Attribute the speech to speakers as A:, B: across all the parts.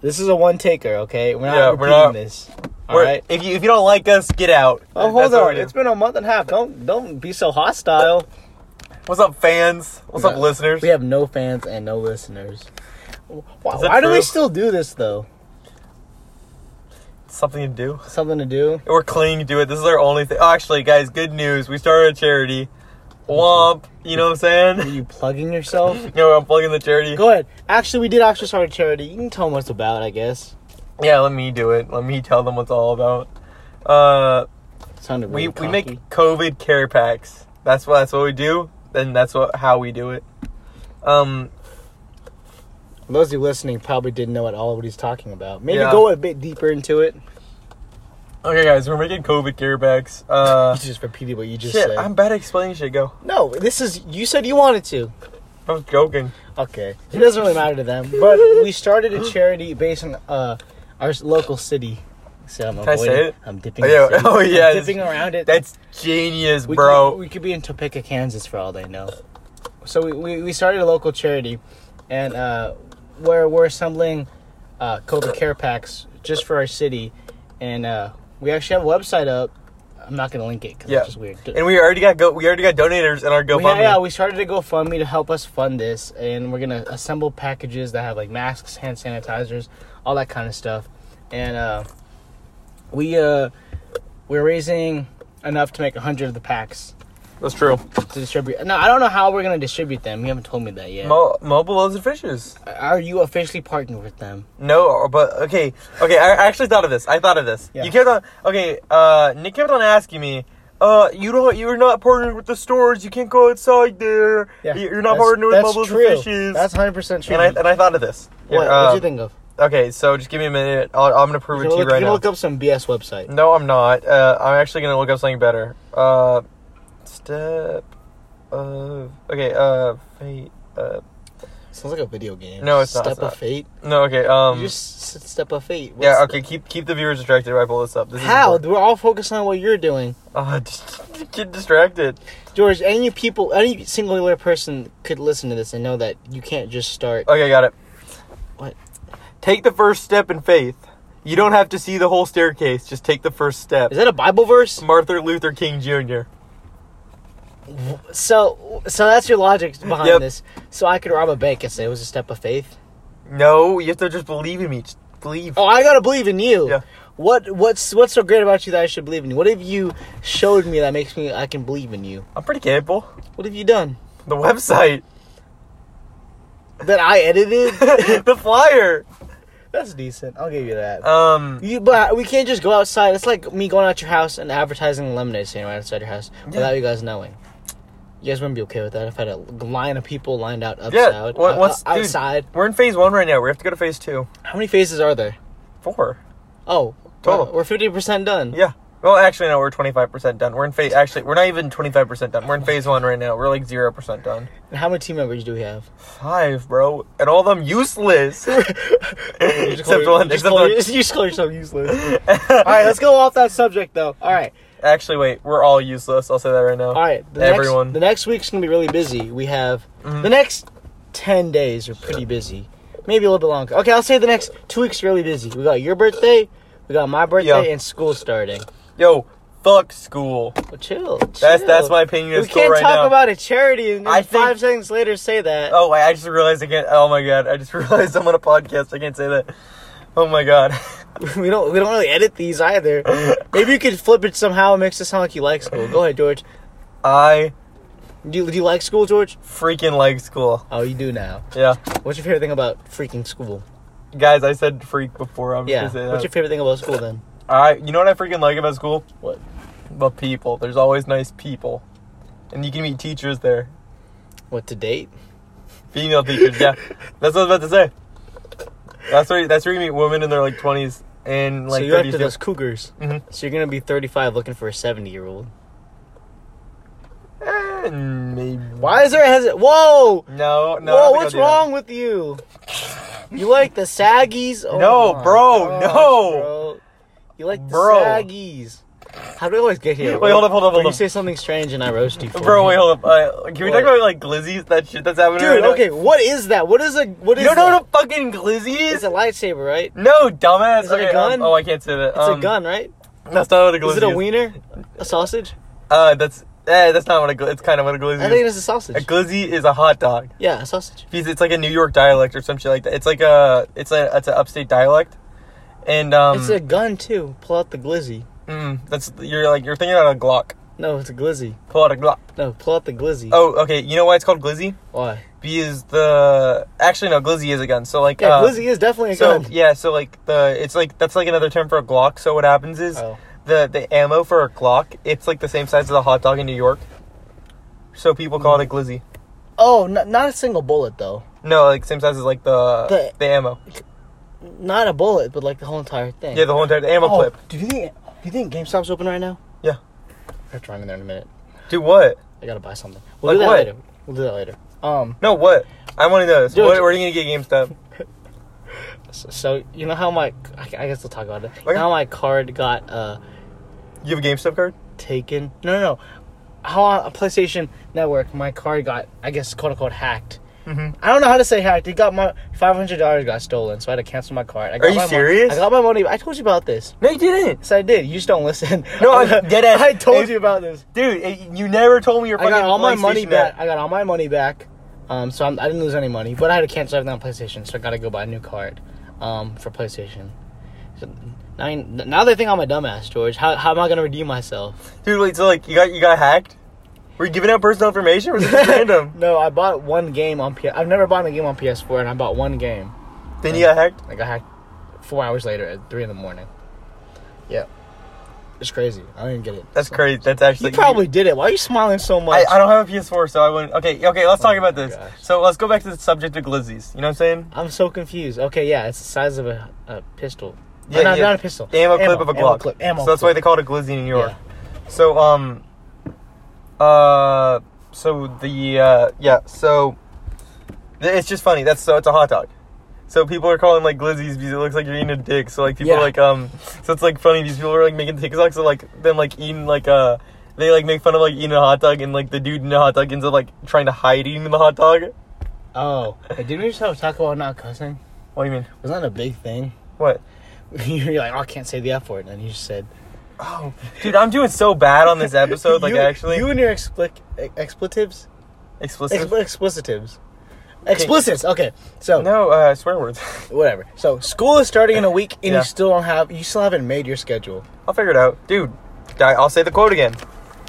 A: This is a one taker, okay? We're not
B: Yeah,
A: repeating
B: we're not-
A: this. All
B: We're-
A: right.
B: If you if you don't like us, get out.
A: Oh,
B: That's
A: hold
B: what
A: on.
B: we do.
A: It's been a month and a half. Don't don't be so hostile.
B: What's up, fans? What's up,
A: No.
B: listeners?
A: We have no fans and no listeners. Why,
B: Is that
A: why do
B: true?
A: we still do this though?
B: Something to do.
A: Something to do?
B: We're clinging to it. This is our only thing. Oh, actually, guys, good news. We started a charity. Womp. You know what I'm
A: Are
B: saying?
A: you plugging yourself?
B: no, I'm plugging the charity.
A: Go ahead. Actually, we did actually start a charity. You can tell them what it's about, I guess.
B: Yeah, let me do it. Let me tell them what's all about. Uh,
A: Sounded
B: we
A: really
B: we
A: cocky.
B: make COVID care packs. That's what that's what we do. Then that's what how we do it. Um,
A: Those of you listening probably didn't know at all what he's talking about. Maybe
B: Yeah.
A: go a bit deeper into it.
B: okay, guys, we're making COVID care packs. Uh,
A: You just repeated what you just
B: shit,
A: said.
B: I'm bad at explaining shit. Go.
A: No, this is you said you wanted to.
B: I was joking.
A: Okay, it doesn't really matter to them. But we started a charity based on uh, our s- local city. So I'm
B: Can I say
A: avoiding-
B: it?
A: I'm dipping.
B: Yeah,
A: the city.
B: oh,
A: I'm
B: yes.
A: dipping around it.
B: That's genius,
A: we
B: bro.
A: Could, we could be in Topeka, Kansas, for all they know. So we, we, we started a local charity, and uh, where we're assembling uh, COVID care packs just for our city, and uh, we actually have a website up. I'm not gonna link it because
B: Yeah.
A: it's just weird.
B: and we already got go. We already got donators in our
A: We-
B: GoFundMe.
A: yeah, yeah, we started a GoFundMe to help us fund this, and we're gonna assemble packages that have like masks, hand sanitizers, all that kind of stuff. And uh, we uh, we're raising enough to make hundred of the packs
B: That's true.
A: to distribute. No, I don't know how we're gonna distribute them. You haven't told me that yet.
B: Mo, mobile loaves and fishes.
A: Are you officially partnered with them?
B: No, but okay, okay. I actually thought of this. I thought of this.
A: Yeah.
B: You kept on. Okay, uh, Nick kept on asking me. Uh, you don't. You're not partnered with the stores. You can't go outside there. You- You're not
A: That's-
B: partnered with
A: that's
B: Mobile
A: true.
B: Fishes.
A: That's hundred percent true.
B: and I and I thought of this.
A: what?
B: Uh,
A: what'd you think of?
B: Okay, so just give me a minute. I'll, I'm gonna prove
A: You're
B: it to
A: gonna
B: you
A: look,
B: right
A: you're
B: now.
A: gonna look up some BS website.
B: no, I'm not. Uh, I'm actually gonna look up something better. Uh, step of okay. Uh, fate. Uh,
A: Sounds like a video game.
B: No, it's not,
A: Step
B: it's
A: of
B: not.
A: fate.
B: no. Okay. Um.
A: you just s- step of fate. What's
B: yeah.
A: the-
B: Okay. Keep keep the viewers attracted. While I pull this up. This is
A: How?
B: important.
A: We're all focused on what you're doing.
B: Uh, just get distracted.
A: George, any people, any singular person could listen to this and know that you can't just start.
B: Okay, got it.
A: What?
B: Take the first step in faith. You don't have to see the whole staircase. Just take the first step.
A: Is that a Bible verse?
B: Martin Luther King Jr.
A: So, so that's your logic behind
B: Yep.
A: this. So I could rob a bank and say it was a step of faith.
B: No, you have to just believe in me. Just believe.
A: Oh, I gotta believe in you.
B: Yeah.
A: What what's what's so great about you that I should believe in you? What have you showed me that makes me I can believe in you?
B: I'm pretty capable.
A: What have you done
B: The website,
A: that I edited?
B: the flyer.
A: that's decent. I'll give you that.
B: Um,
A: You, but we can't just go outside. It's like me going out your house and advertising a lemonade stand right outside your house without you guys knowing. You guys wouldn't be okay with that if I had a line of people lined out upside,
B: yeah. What,
A: out-
B: what's
A: out-
B: dude,
A: outside.
B: We're in phase one right now. We have to go to phase two.
A: How many phases are there?
B: Four.
A: Oh,
B: Total.
A: well, we're fifty percent done.
B: Yeah. Well, actually, no. We're 25% done. We're in phase. Actually, we're not even 25% done. We're in phase one right now. We're like 0% done.
A: And how many team members do we have?
B: Five, bro, and all of them useless.
A: You just
B: except
A: call-
B: one.
A: you just
B: Except
A: call-
B: one.
A: you just call yourself useless. all right, let's go off that subject though. All right,
B: Actually, wait, we're all useless. I'll say that right now.
A: all right. The
B: Everyone.
A: Next, the next week's gonna be really busy. We have
B: Mm-hmm.
A: the next ten days are pretty busy. Maybe a little bit longer. Okay, I'll say the next two weeks are really busy. We got your birthday, we got my birthday,
B: Yeah.
A: and school starting.
B: Yo, fuck school.
A: Well, chill,
B: That's
A: chill.
B: that's my opinion of
A: We
B: school
A: can't
B: right
A: talk
B: now.
A: about a charity and then
B: I think-
A: five seconds later say that.
B: oh, I, I just realized I can't. Oh my god, I just realized I'm on a podcast. I can't say that. Oh my god.
A: we don't we don't really edit these either. Maybe you could flip it somehow and makes it sound like you like school. Go ahead, George.
B: I
A: Do you, do you like school, George?
B: freaking like school.
A: Oh, you do now.
B: Yeah,
A: What's your favorite thing about freaking school?
B: guys, I said freak before. I'm
A: Yeah.
B: just gonna say
A: What's your
B: that.
A: favorite thing about school then?
B: I you know what I freaking like about school?
A: What?
B: The people. There's always nice people, and you can meet teachers there.
A: What to date?
B: Female teachers, yeah. That's what I was about to say. That's where that's where you meet women in their like twenties and like
A: so you're
B: thirties.
A: after those cougars.
B: Mhm.
A: So you're gonna be 35 looking for a 70 year old.
B: Eh, maybe.
A: Why is there a hesit? Whoa! Whoa!
B: No, no. I don't think I'll
A: What's
B: do that.
A: wrong with you? You like the saggies? Oh
B: No,
A: my
B: bro, no.
A: bro. You like the
B: Bro.
A: saggies? How do I always get here?
B: Wait, hold up, hold up,
A: When
B: hold
A: you
B: up.
A: say something strange and I roast you. for
B: Bro,
A: it.
B: wait, hold up. Uh, can we
A: What?
B: talk about like glizzies? That shit that's happening.
A: Dude,
B: right now?
A: okay, what is that? What is a what is
B: You don't
A: that?
B: know what a fucking glizzy
A: It's
B: is?
A: a lightsaber, right?
B: No, dumbass.
A: Is it a
B: Okay, um,
A: gun?
B: oh, I can't say that.
A: It's a gun, right?
B: That's not what a glizzy
A: Is it a wiener? A sausage?
B: Uh, that's eh, that's not what a gl- it's kind of what a glizzy
A: I think
B: is.
A: it's a sausage.
B: Mm. A glizzy is a hot dog.
A: yeah, a sausage.
B: Because it's like a New York dialect or some shit like that. It's like a it's a it's an upstate dialect, and um,
A: it's a gun too. Pull out the glizzy.
B: mm, that's you're like you're thinking about a Glock.
A: No, it's a glizzy.
B: Pull out a Glock.
A: No, pull out the glizzy.
B: Oh, okay. You know why it's called glizzy?
A: Why?
B: B is the actually no glizzy is a gun. So like
A: Yeah,
B: uh,
A: glizzy is definitely a
B: So
A: gun.
B: yeah, so like the it's like that's like another term for a Glock. So what happens is
A: Oh.
B: the the ammo for a Glock it's like the same size as a hot dog in New York. So people call
A: Mm.
B: it a glizzy.
A: Oh, n- not a single bullet though.
B: No, like same size as like the
A: The-
B: the, ammo.
A: Not a bullet, but like the whole entire thing.
B: Yeah, the whole entire the ammo
A: oh,
B: clip.
A: Do you think do you think GameStop's open right now?
B: Yeah.
A: I have to run in there in a minute.
B: Do what?
A: I gotta buy something. We'll do
B: Like
A: that
B: what?
A: later. We'll do that later. Um,
B: No, what? I want to know this.
A: Dude,
B: What, where are you gonna get GameStop?
A: so, so you know how my I I guess we'll talk about it.
B: Okay.
A: How my card got uh
B: You have a GameStop card?
A: taken. No, no, no. How on PlayStation Network my card got I guess quote unquote hacked.
B: Mhm.
A: I don't know how to say hacked. It got my five hundred dollars got stolen, so I had to cancel my card. I got
B: you
A: my mo-
B: serious?
A: I got my money. I told you about this.
B: No, you didn't,
A: Yes, I did. You just don't listen.
B: No, I'm dead ass.
A: I told
B: If-
A: you about this.
B: dude. eh, you never told me your
A: I
B: fucking
A: got all my money
B: PlayStation
A: back.
B: app.
A: I got all my money back. Um, so I'm, I didn't lose any money, but I had to cancel everything on PlayStation, so I got to go buy a new card um, for PlayStation. So now, you- now they think I'm a dumbass, George. How, how am I gonna redeem myself?
B: Dude, wait. So like, you got you got hacked? Were you giving out personal information? Or was it just random?
A: No, I bought one game on PS. I've never bought a game on PS4, and I bought one game.
B: Then you got hacked.
A: Like I hacked four hours later at three in the morning. Yeah, it's crazy. I didn't get it.
B: That's crazy. That's actually
A: You probably did it. Why are you smiling so much?
B: I, I don't have a PS4, so I wouldn't. Okay, okay. Let's talk
A: Oh
B: about
A: my
B: this.
A: gosh.
B: So let's go back to the subject of glizzies. You know what I'm saying?
A: I'm so confused. Okay, yeah, it's the size of a, a pistol.
B: Yeah,
A: Yeah, not,
B: yeah.
A: not a pistol.
B: The ammo, clip of a Glock.
A: Ammo clip. Ammo
B: so that's why
A: clip.
B: they call it a glizzy in New York. So um, uh, so the uh, yeah, so th- it's just funny. That's so it's a hot dog. So people are calling like glizzies because it looks like you're eating a dick. So like people
A: Yeah.
B: like um, so it's like funny. These people are like making TikToks of like them like eating like uh. They like make fun of like eating a hot dog and like the dude in the hot dog ends up like trying to hide eating the hot dog.
A: Oh, hey, didn't we just have a talk about not cussing?
B: What do you mean?
A: Wasn't that a big thing?
B: What?
A: You're like, oh, I can't say the F word, and you just said.
B: Oh, dude, I'm doing so bad on this episode. Like
A: you,
B: actually,
A: you and your explic- expletives,
B: explicit.
A: Expl- explicitives, explicits. Okay, so
B: no, uh, swear words.
A: whatever. So school is starting in a week, and
B: Yeah.
A: you still don't have, you still haven't made your schedule.
B: I'll figure it out, dude. I- I'll say the quote again.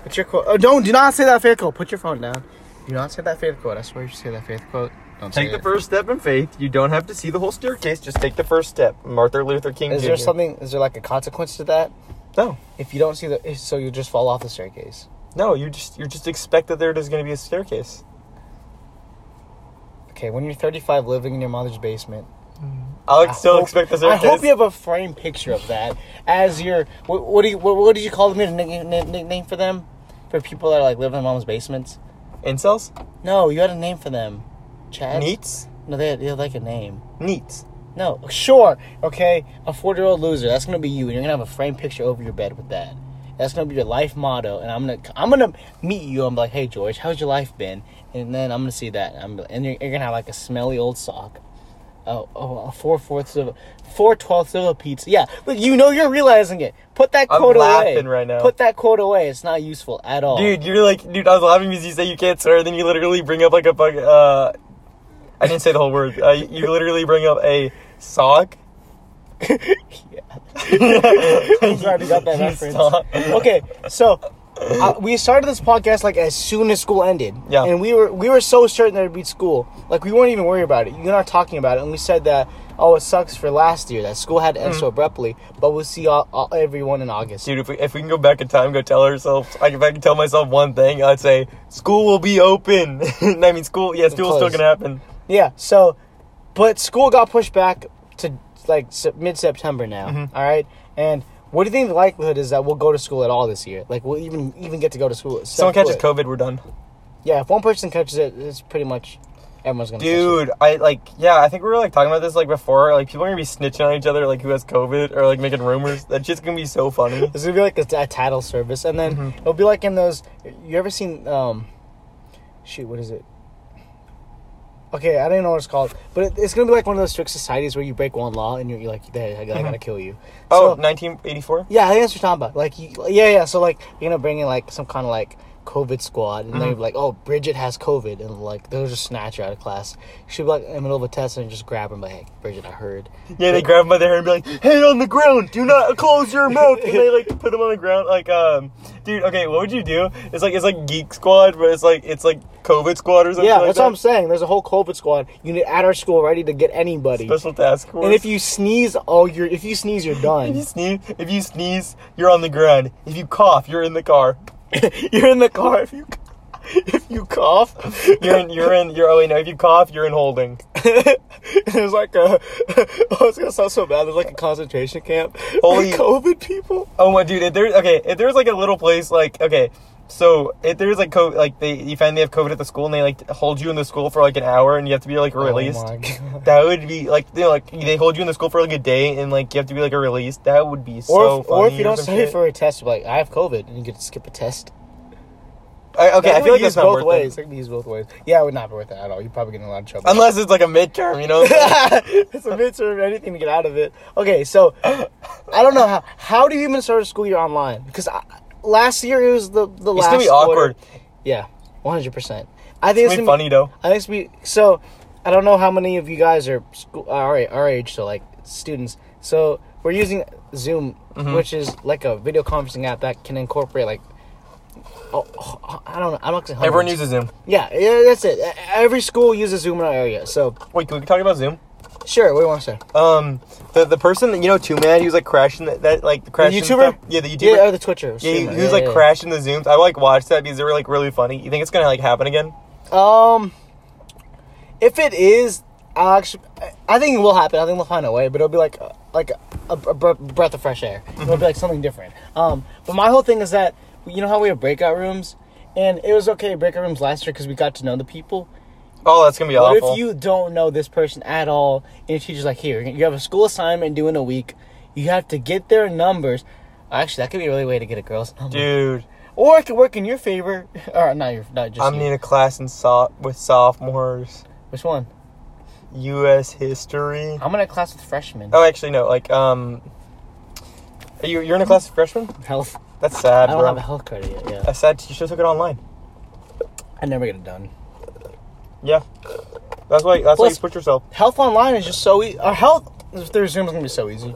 A: Put your quote. Oh, don't do not say that faith quote. Put your phone down. Do not say that faith quote. I swear, if you say that faith quote, don't say
B: Take
A: it.
B: the first step in faith. You don't have to see the whole staircase. Just take the first step. Martin Luther King.
A: Is there
B: Jr..
A: something? Is there like a consequence to that?
B: No,
A: If you don't see the, so you just fall off the staircase.
B: no. You just you just expect that there is going to be a staircase.
A: Okay, when you're 35, living in your mother's basement,
B: I'll
A: I
B: still
A: hope-
B: expect the
A: I
B: staircase.
A: hope you have a framed picture of that as your. What, what do you? What, what did you call them? Your nick- nick- nickname for them, for people that like live in their mom's basements.
B: incels,
A: No, you had a name for them. Chad.
B: neats,
A: No, they had, they had like a name.
B: neats.
A: No, sure. Okay, a four-year-old loser. That's gonna be you, and you're gonna have a framed picture over your bed with that. That's gonna be your life motto, and I'm gonna I'm gonna meet you. I'm like, hey George, how's your life been? And then I'm gonna see that. I'm and you're, you're gonna have like a smelly old sock, oh, oh a four fourths of four twelfths of a pizza. Yeah, look, you know you're realizing it. Put that
B: I'm
A: quote away.
B: laughing right now.
A: Put that quote away. It's not useful at all,
B: Dude, you're like, dude. I was laughing because you say you can't swear, then you literally bring up like a fuck. Uh, I didn't say the whole word. Uh, you literally bring up a sock.
A: I'm glad we got that
B: You
A: reference.
B: suck.
A: Okay, so uh, we started this podcast like as soon as school ended.
B: Yeah.
A: And we were we were so certain there'd be school. Like we weren't even worried about it. You're not talking about it, and we said that oh it sucks for last year that school had to
B: Mm.
A: end so abruptly, but we'll see all, all, everyone in August.
B: Dude, if we, if we can go back in time, go tell ourselves. Like, if I can tell myself one thing, I'd say school will be open. I mean, school. Yeah, school's still
A: Closed.
B: gonna happen.
A: Yeah. So, but school got pushed back to like mid September now.
B: Mm-hmm.
A: all right, and. What do you think the likelihood is that we'll go to school at all this year? Like we'll even even get to go to school.
B: Someone catches
A: School-
B: COVID, we're done.
A: Yeah, if one person catches it, it's pretty much Everyone's gonna catch it.
B: Dude, I like yeah. I think we were like talking about this like before. Like people are gonna be snitching on each other, like who has COVID or like making rumors. That's just gonna be so funny.
A: This would be like a, a title service, and then
B: Mhm.
A: it'll be like in those. You ever seen? um Shoot, what is it? Okay, I don't even know what it's called, but it, it's gonna be like one of those strict societies where you break one law and you're, you're like, "Hey, I, gotta- I gotta kill you." So-
B: Oh, 1984.
A: yeah, I think that's what you're talking about. Like, you, yeah, yeah. So like, you're gonna bring in like some kind of like COVID squad, and
B: Mm-hmm.
A: they're like, "Oh, Bridget has COVID," and like they'll just snatch her out of class. She'll be like in the middle of a test and just grab her, and be like, "Hey, Bridget, I heard."
B: Yeah, they grab him by the hair and be like, "Head on the ground! Do not close your mouth!" And they like put him on the ground. Like, um, dude, okay, what would you do? It's like it's like Geek Squad, but it's like it's like COVID Squad or something.
A: Yeah,
B: like
A: that's
B: that.
A: what I'm saying. There's a whole COVID squad unit at our school ready to get anybody.
B: Special task force.
A: And if you sneeze, oh, you're if you sneeze, you're
B: if you
A: done.
B: sneeze, if you sneeze, you're on the ground. If you cough, you're in the car.
A: you're in the car if you if you cough.
B: You're in. You're in. You're. Oh wait, no. If you cough, you're in holding.
A: there's like a oh, it's gonna sound so bad. There's like a concentration camp.
B: Holy-
A: Holy COVID people.
B: Oh my dude, if there's okay, if there's like a little place like okay, so if there's like COVID, like they you find they have COVID at the school and they like hold you in the school for like an hour and you have to be like released.
A: Oh my God.
B: That would be like you know, like they hold you in the school for like a day and like you have to be like a release. That would be so
A: Or, if,
B: funny.
A: or if you don't
B: some
A: study
B: shit.
A: for a test, you're like I have COVID, and you get to skip a test.
B: I, okay,
A: That
B: I
A: could
B: feel like
A: be
B: that's
A: used
B: not
A: both
B: worth it.
A: ways. It could be used both ways. Yeah, it would not be worth it at all. You're probably getting a lot of trouble.
B: Unless it's like a midterm, you know.
A: it's a midterm. Anything to get out of it. Okay, so I don't know how. How do you even start a school year online? Because I, last year it was the the
B: it's
A: last.
B: gonna be
A: quarter.
B: awkward.
A: Yeah, one hundred percent. I think
B: It's
A: it's,
B: gonna
A: gonna
B: be funny though.
A: I think it's be so. I don't know how many of you guys are school, our our age, so like students. So we're using Zoom,
B: Mm-hmm.
A: which is like a video conferencing app that can incorporate like. Oh, oh, I don't know. I'm not gonna. say
B: Everyone
A: hundreds.
B: uses Zoom.
A: Yeah, yeah, that's it. E-, Every school uses Zoom in our area. So
B: Wait, can we talk about Zoom?
A: sure, what do you want to say?
B: Um, the the person that you know, Two Man, he was like crashing that, that like crashing
A: YouTuber?
B: stuff- Yeah, the YouTuber.
A: Yeah, or the Twitcher.
B: Yeah, he,
A: streamer.
B: he was like
A: yeah,
B: crashing the zooms. I like watched that because they were like really funny. You think it's gonna like happen again?
A: yeah. Um, if it is, I'll actually, I think it will happen. I think we'll find a way, but it'll be like a- like a, a br- breath of fresh air. It'll
B: Mm-hmm.
A: be like something different. Um, but my whole thing is that you know how we have breakout rooms, and it was okay breakout rooms last year because we got to know the people.
B: Oh, that's gonna be
A: What
B: awful.
A: if you don't know this person at all, and your teacher's like, "Here, you have a school assignment due in a week. You have to get their numbers." Actually, that could be a really way to get a girl's number.
B: Dude,
A: Or it could work in your favor. Or not your, not just
B: I'm
A: you.
B: in a class in so- with sophomores,
A: Which one?
B: U.S. history.
A: I'm in a class with freshmen.
B: Oh, actually no. Like um, are you you're in a class of freshmen.
A: Health.
B: That's sad,
A: I don't
B: bro.
A: have a health card yet. Yeah.
B: That's sad. You should have took it online.
A: I never get it done.
B: Yeah, that's why that's why you
A: Plus-
B: split yourself.
A: Health online is just so easy. Our health through Zoom is gonna be so easy.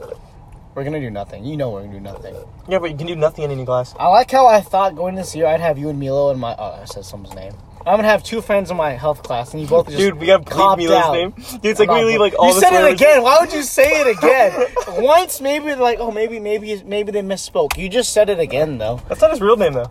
A: We're gonna do nothing. You know we're gonna do nothing.
B: Yeah, but you can do nothing in any class.
A: I like how I thought going this year I'd have you and Milo and my. Oh, I said someone's name. I'm gonna have two friends in my health class, and you both just
B: Dude, we have bleep
A: copped
B: Milo's
A: out.
B: name. Dude, it's like
A: I'm
B: we
A: not-
B: leave like all
A: you
B: the
A: said it
B: swears-
A: again. Why would you say it again? Once, maybe they're like, oh, maybe, maybe, maybe they misspoke. You just said it again, though.
B: That's not his real name though.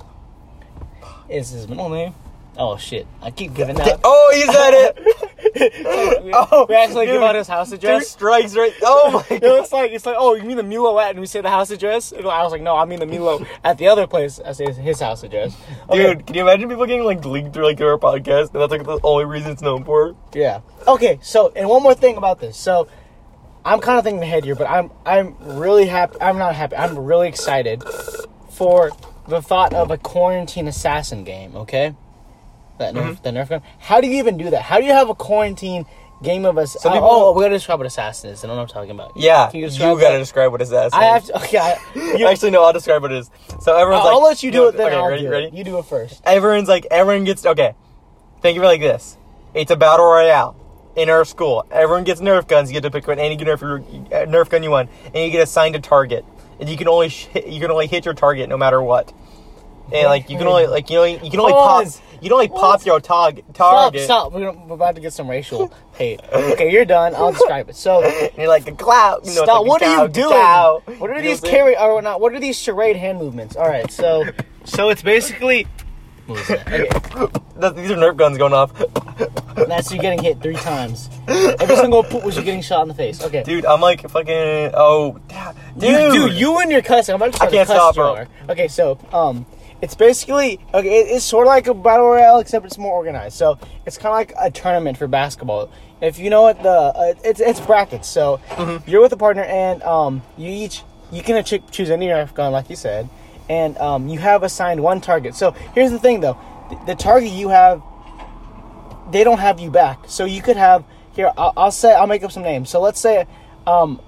A: Is his middle name? Oh shit! I keep giving that.
B: Oh, he said it.
A: we,
B: Oh,
A: we actually
B: dude.
A: give out his house
B: Two
A: address.
B: strikes right. Oh my
A: No,
B: god.
A: it's like it's like oh you mean the Milo at and we say the house address and I was like no I mean the Milo at the other place I say his- his house address Okay,
B: Dude, can you imagine people getting like leaked through like our podcast? And that's like the only reason it's known for.
A: yeah okay so and one more thing about this so I'm kind of thinking ahead here but I'm I'm really happy I'm not happy I'm really excited for the thought of a quarantine assassin game okay that Nerf
B: Mm-hmm.
A: the Nerf gun how do you even do that how do you have a quarantine game of us oh,
B: people-
A: oh, we gotta describe what assassin is I don't know what I'm talking about
B: Yeah,
A: Can
B: you,
A: describe
B: gotta
A: that?
B: describe what it is.
A: I have to okay I, you,
B: actually no. I'll describe what it is. So everyone's
A: I'll
B: like,
A: let you do
B: no,
A: it then
B: okay,
A: I'll
B: ready,
A: do it.
B: ready?
A: you do it first
B: Everyone's like, everyone gets okay. Think of it like this: it's a battle royale in our school. Everyone gets Nerf guns. You get to pick any Nerf uh, Nerf gun you want, and you get assigned a target. And you can only sh- you can only hit your target no matter what. And like you can only like you only you can only pop
A: Pause.
B: you can only pop your tog-
A: Stop,
B: target.
A: stop. We're, we're about to get some racial hate. Okay, you're done. I'll describe it. So,
B: And you're like the clout. You know,
A: stop.
B: It's like
A: What
B: a
A: are you
B: cow, cow.
A: doing? What
B: You
A: are
B: know
A: these
B: what I'm saying?
A: carry or not? What are these charade hand movements? All right, so, so it's basically. What was that? Okay,
B: Th- These are Nerf guns going off.
A: that's you getting hit three times. Every single poop was you getting shot in the face. Okay,
B: Dude, I'm like fucking. Oh, da- dude,
A: You, dude, you and your cussing. I'm about to start
B: can't
A: a cuss
B: stop, bro.
A: jar. Okay, so um, It's basically okay. it- It's sort of like a battle royale, except it's more organized. So it's kind of like a tournament for basketball. If you know what the uh, it's it's brackets. So
B: Mm-hmm.
A: you're with a partner, and um, you each you can ch- choose any Afghan, like you said, and um, you have assigned one target. So here's the thing, though, the, the target you have they don't have you back. So you could have here. I'll, I'll say I'll make up some names. So let's say, um,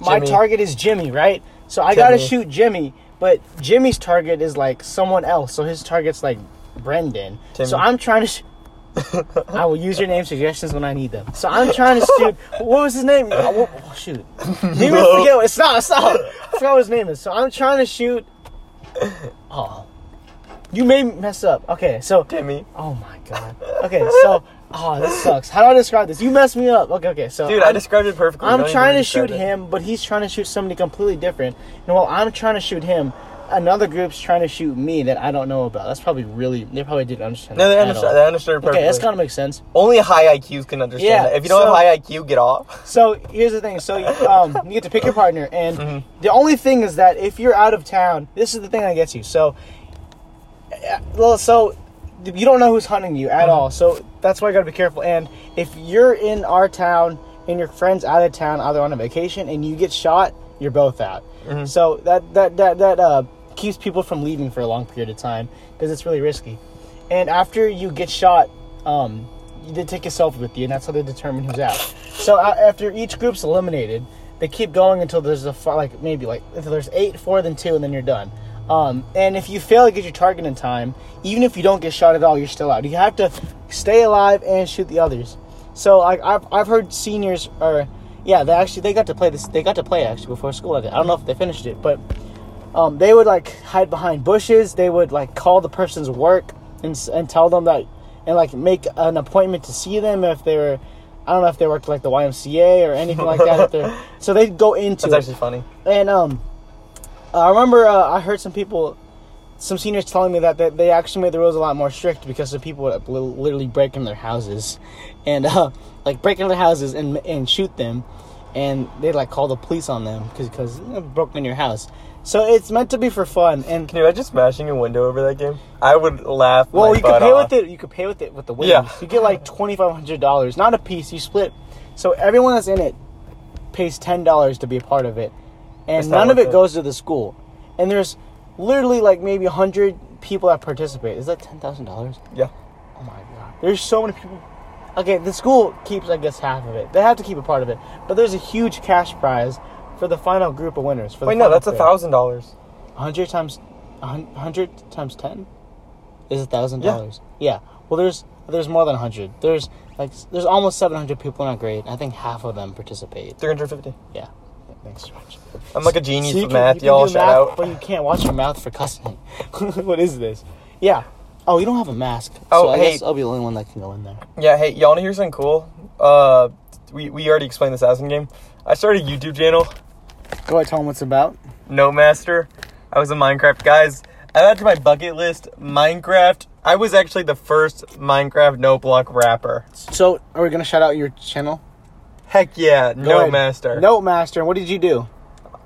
A: my
B: Jimmy.
A: target is Jimmy, right? So I gotta
B: Jimmy.
A: shoot Jimmy, but Jimmy's target is like someone else. So his target's like Brendan.
B: Timmy.
A: So I'm trying to. Sh- I will use your name suggestions when I need them. So I'm trying to shoot. What was his name? Oh, wha- oh, shoot. You even forget. What, stop! Stop! I forgot what his name is. So I'm trying to shoot. Oh, you may mess up. Okay, so
B: Timmy.
A: Oh my god. Okay, so oh this sucks. How do I describe this? You messed me up. Okay, okay. So
B: Dude,
A: I'm,
B: I described it perfectly.
A: I'm
B: Don't even
A: trying to
B: describe
A: shoot
B: it.
A: him, but he's trying to shoot somebody completely different. And while I'm trying to shoot him, another group's trying to shoot me that I don't know about. That's probably really they probably didn't understand.
B: No, they
A: that at all.
B: understood. They understood it perfectly.
A: Okay, that's kind of makes sense.
B: Only high IQs can understand
A: Yeah,
B: that. If you don't
A: so-
B: have high IQ, get off.
A: So here's the thing. So um, you get to pick your partner, and the only thing is that if you're out of town, this is the thing that gets you. So, uh, well, so you don't know who's hunting you at all. So that's why you got to be careful. And if you're in our town and your friends out of town, either on a vacation, and you get shot, you're both out. So that that that that uh, keeps people from leaving for a long period of time because it's really risky. And after you get shot, um, you did take a selfie with you, and that's how they determine who's out. So uh, after each group's eliminated, they keep going until there's a fi- like maybe like until there's eight, four, then two, and then you're done. Um, and if you fail to get your target in time, even if you don't get shot at all, you're still out. You have to stay alive and shoot the others. So like I've I've heard seniors are yeah they actually they got to play this they got to play actually before school ended. I don't know if they finished it, but um, they would like hide behind bushes. They would like call the person's work and, s- and tell them that and like make an appointment to see them if they were. I don't know if they worked like the YMCA or anything like that. if they're- so they'd go into
B: That's
A: it.
B: actually funny.
A: And um, I remember uh, I heard some people, some seniors telling me that, that they actually made the rules a lot more strict because the people would li- literally break in their houses, and uh, like break into their houses and and shoot them, and they like call the police on them because because broke in your house. So it's meant to be for fun, and
B: Can you imagine smashing a window over that game? I would laugh.
A: well,
B: my
A: you could
B: butt
A: pay
B: off.
A: with it. You could pay with it with the wings.
B: uh, Yeah.
A: You get like twenty five hundred dollars, not a piece. You split. So everyone that's in it pays ten dollars to be a part of it, and
B: That's not
A: none of
B: worth
A: it
B: it.
A: goes to the school. And there's literally like maybe hundred people that participate. Is that ten thousand dollars?
B: Yeah.
A: Oh my god. There's so many people. Okay, the school keeps, I guess, half of it. They have to keep a part of it, but there's a huge cash prize for the final group of winners. For the
B: Wait, no,
A: final
B: that's a
A: three.
B: thousand dollars.
A: 100 times a hun- 100 times 10 is a thousand dollars yeah well there's there's more than 100 there's like s- there's almost 700 people in our grade i think half of them participate
B: Three hundred fifty.
A: yeah thanks so much
B: I'm like a genius
A: So you
B: with
A: can- you
B: math.
A: can
B: Y'all,
A: do
B: shout
A: math,
B: out.
A: but you can't watch your mouth for cussing what is this yeah oh you don't have a mask so
B: Oh,
A: i
B: hey.
A: guess i'll be the only one that can go in there
B: Yeah, hey, y'all wanna hear something cool? Uh, we we already explained this Assassin game. I started a YouTube channel,
A: go ahead tell them what's about
B: No Master. I was a Minecraft guys. I added to my bucket list Minecraft. I was actually the first Minecraft no block rapper.
A: so are we gonna shout out your channel
B: Heck yeah,
A: Go
B: No
A: ahead.
B: Master.
A: note master what did you do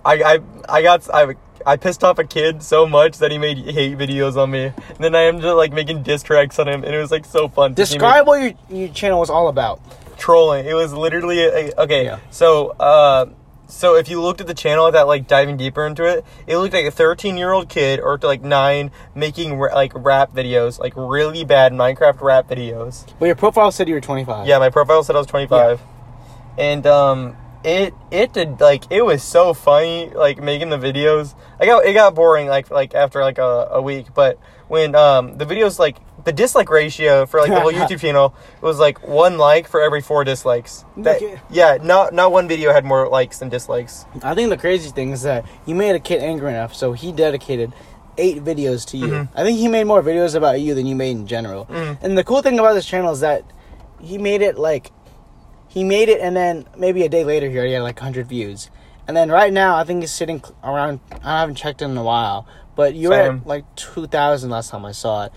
B: I, I I got I I pissed off a kid so much that he made hate videos on me. And then I ended up like making diss tracks on him, and it was like so fun. to see me
A: describe what your, your channel was all about
B: trolling. It was literally a, okay.
A: Yeah.
B: So uh, so if you looked at the channel that like diving deeper into it, it looked like a 13 year old kid or to like nine making ra- like rap videos, like really bad Minecraft rap videos.
A: well your profile said you were 25
B: Yeah, my profile said I was 25. And um it it did like it was so funny like making the videos. I got it got boring like like after like a, a week, but when um the videos like the dislike ratio for like the whole YouTube channel was like one like for every four dislikes. That,
A: Okay.
B: yeah, not not one video had more likes than dislikes.
A: I think the crazy thing is that you made a kid angry enough, so he dedicated eight videos to you.
B: Mm-hmm.
A: I think he made more videos about you than you made in general. And the cool thing about this channel is that he made it like he made it, and then maybe a day later he already had like hundred views. And then right now, I think he's sitting cl- around. I haven't checked in a while, but you were
B: Same.
A: at like two thousand last time I saw it.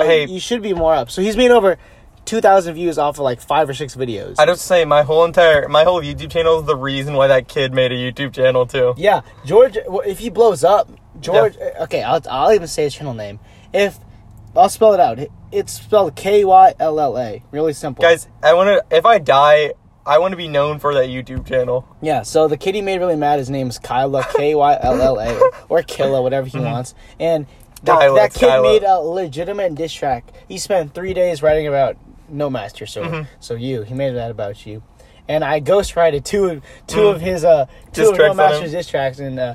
A: so
B: hey.
A: you should be more up. So he's made over two thousand views off of like five or six videos.
B: I just say my whole entire my whole YouTube channel is the reason why that kid made a YouTube channel too.
A: uh, Yeah, George. well, If he blows up, George. Okay, I'll, I'll even say his channel name. If I'll spell it out, It- it's spelled K Y L L A. Really simple,
B: Guys, I want to. If I die, I want to be known for that YouTube channel.
A: Yeah. So the kid he made really mad. His name's Kyla K Y L L A or Killa, whatever he wants. And that,
B: Mm-hmm. Kyla,
A: that
B: it's
A: kid
B: Kyla.
A: made a legitimate diss track. He spent three days writing about No Master Sword.
B: Mm-hmm.
A: So you, he made that about you. And I ghostwrited two of two of his uh two of
B: Mm. Diss
A: No
B: tracks on him.
A: Master's diss tracks and uh,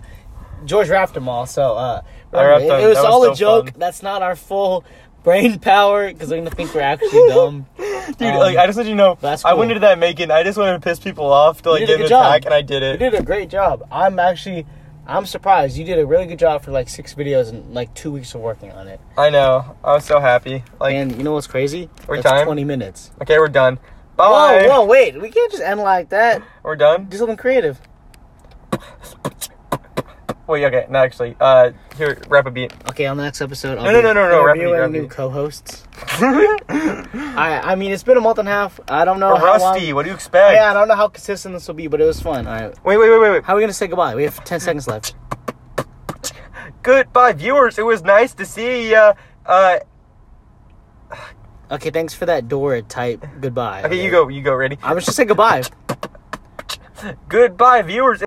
A: George wrapped them all. So uh,
B: I
A: remember,
B: wrapped
A: it,
B: them.
A: it was
B: That was
A: all a
B: so
A: joke.
B: fun.
A: That's not our full brain power because they're gonna think we're actually dumb.
B: Dude,
A: Um,
B: like I just let you know,
A: that's
B: I
A: cool.
B: went into that making. I just wanted to piss people off to like
A: You did a
B: get
A: good
B: it
A: job.
B: back, and I did
A: You
B: it.
A: did a great job. I'm actually, I'm surprised. You did a really good job for like six videos and like two weeks of working on it.
B: I know. I was so happy. Like,
A: and you know what's crazy?
B: We're
A: That's
B: time?
A: 20 minutes.
B: okay, we're done.
A: Whoa,
B: Bye.
A: whoa, wait. We can't just end like that.
B: We're done.
A: Do something creative.
B: Wait, okay, no, actually. Uh, here, wrap a beat.
A: Okay, on the next episode, I'll
B: No, no,
A: be
B: no, no, no, Rapid,
A: interviewing
B: Rapid.
A: new co-hosts. I, I mean, it's been a month and a half. I don't know
B: We're
A: how
B: rusty.
A: long-
B: What do you expect?
A: Oh, Yeah, I don't know how consistent this will be, but it was fun. All right,
B: Wait, wait, wait, wait, wait.
A: how are we gonna say goodbye? We have 10 seconds left.
B: Goodbye, viewers. It was nice to see ya. Uh,
A: Okay, thanks for that door type goodbye.
B: okay, you go. You go. Ready?
A: I was just saying goodbye.
B: Goodbye, viewers.